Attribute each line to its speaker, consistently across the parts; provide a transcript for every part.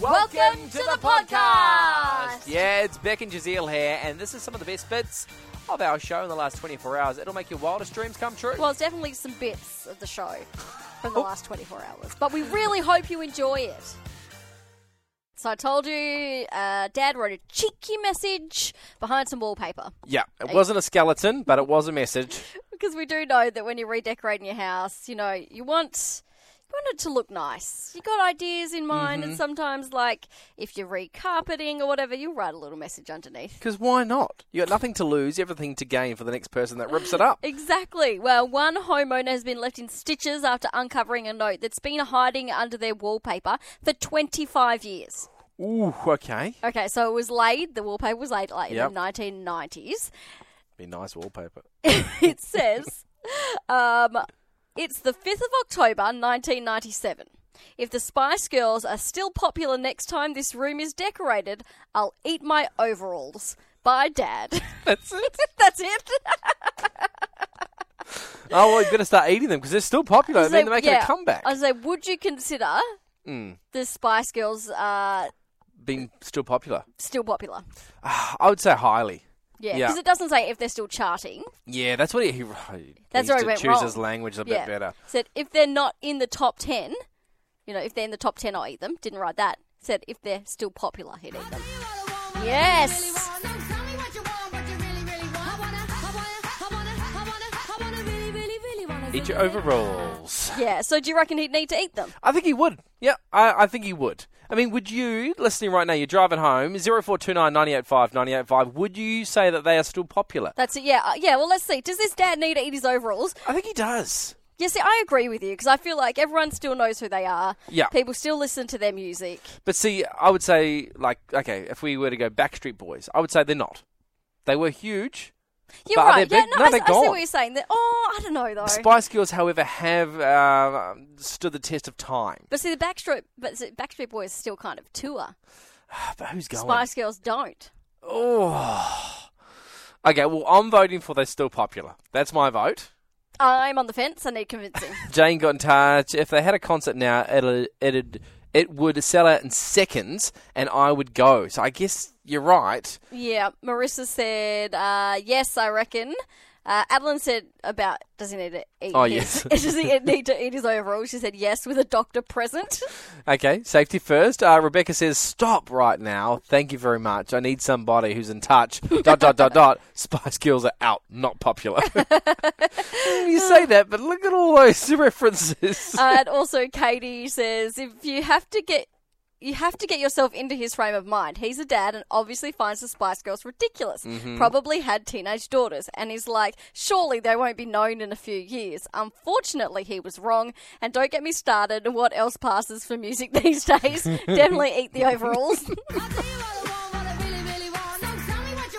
Speaker 1: Welcome to the podcast.
Speaker 2: Yeah, it's Beck and Jazeel here, and this is some of the best bits of our show in the last 24 hours. It'll make your wildest dreams come true.
Speaker 1: Well, it's definitely some bits of the show from the last 24 hours, but we really hope you enjoy it. So I told you, uh, Dad wrote a cheeky message behind some wallpaper
Speaker 2: yeah, it wasn't a skeleton, but it was a message.
Speaker 1: because we do know that when you're redecorating your house, you know you want. You want it to look nice. You got ideas in mind, and sometimes, like if you're recarpeting or whatever, you write a little message underneath.
Speaker 2: Because why not? You got nothing to lose, everything to gain for the next person that rips it up.
Speaker 1: Exactly. Well, one homeowner has been left in stitches after uncovering a note that's been hiding under their wallpaper for 25 years.
Speaker 2: Ooh, okay.
Speaker 1: Okay, so it was laid, the wallpaper was laid like
Speaker 2: Yep.
Speaker 1: in the 1990s.
Speaker 2: Be nice wallpaper.
Speaker 1: It says um, it's the 5th of October 1997. If the Spice Girls are still popular next time this room is decorated, I'll eat my overalls. Bye, Dad.
Speaker 2: That's it.
Speaker 1: That's it.
Speaker 2: Oh, well, you're going to start eating them because they're still popular. I mean, they're making
Speaker 1: yeah,
Speaker 2: a comeback. Hmm.
Speaker 1: I was like, would you consider the Spice Girls uh,
Speaker 2: Being still popular.
Speaker 1: still popular?
Speaker 2: I would say highly.
Speaker 1: Yeah,
Speaker 2: Yeah.
Speaker 1: because it doesn't say if they're still charting.
Speaker 2: Yeah, that's what he, he needs
Speaker 1: That's where he
Speaker 2: to
Speaker 1: went
Speaker 2: choose
Speaker 1: wrong.
Speaker 2: his language a
Speaker 1: yeah,
Speaker 2: bit better.
Speaker 1: said if they're not in the top ten, you know, if they're in the top ten, I'll eat them. Didn't write that. Said if they're still popular, he'd eat them. Yes.
Speaker 2: Eat your overalls.
Speaker 1: Yeah. So do you reckon he'd need to eat them?
Speaker 2: I think he would. Yeah, I, I think he would. I mean, would you, listening right now, you're driving home, 0429 985 985, would you say that they are still popular?
Speaker 1: That's it. Yeah. Uh, yeah. Well, let's see. Does this dad need to eat his overalls?
Speaker 2: I think he does.
Speaker 1: Yeah. See, I agree with you because I feel like everyone still knows who they are.
Speaker 2: Yeah.
Speaker 1: People still listen to their music.
Speaker 2: But see, I would say, like, okay, if we were to go Backstreet Boys, I would say they're not. They were huge.
Speaker 1: You're
Speaker 2: But are
Speaker 1: right.
Speaker 2: they
Speaker 1: yeah.
Speaker 2: big?
Speaker 1: No,
Speaker 2: No,
Speaker 1: I,
Speaker 2: they're
Speaker 1: s- I see
Speaker 2: gone.
Speaker 1: what you're saying. They're, oh, I don't know though.
Speaker 2: The Spice Girls, however, have uh, stood the test of time.
Speaker 1: But see, the Backstreet, but see, Backstreet Boys still kind of tour.
Speaker 2: Ah, But who's going?
Speaker 1: Spice Girls don't.
Speaker 2: Oh. Okay, well, I'm voting for they're still popular. That's my vote.
Speaker 1: I'm on the fence. I need convincing.
Speaker 2: Jane got in touch. If they had a concert now, it'll, it'd, it would sell out in seconds, and I would go. So I guess you're right.
Speaker 1: yeah, Marissa said uh, yes. I reckon. Uh, Adeline said about does he need to eat?
Speaker 2: Oh,
Speaker 1: his-
Speaker 2: yes.
Speaker 1: does he need to eat his overall? She said yes with a doctor present.
Speaker 2: Okay, safety first. Uh, Rebecca says, "Stop right now. Thank you very much. I need somebody who's in touch." dot dot dot dot. Spice Girls are out. Not popular. you say that, but look at all those references.
Speaker 1: Uh, and also Katie says if you have to get. You have to get yourself into his frame of mind. He's a dad and obviously finds the Spice Girls ridiculous. Probably had teenage daughters and is like, surely they won't be known in a few years. Unfortunately, he was wrong. And don't get me started on what else passes for music these days. Definitely eat the overalls.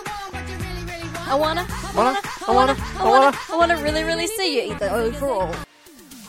Speaker 1: I wanna, I wanna, I wanna, I wanna, I wanna really, really see you eat the overall.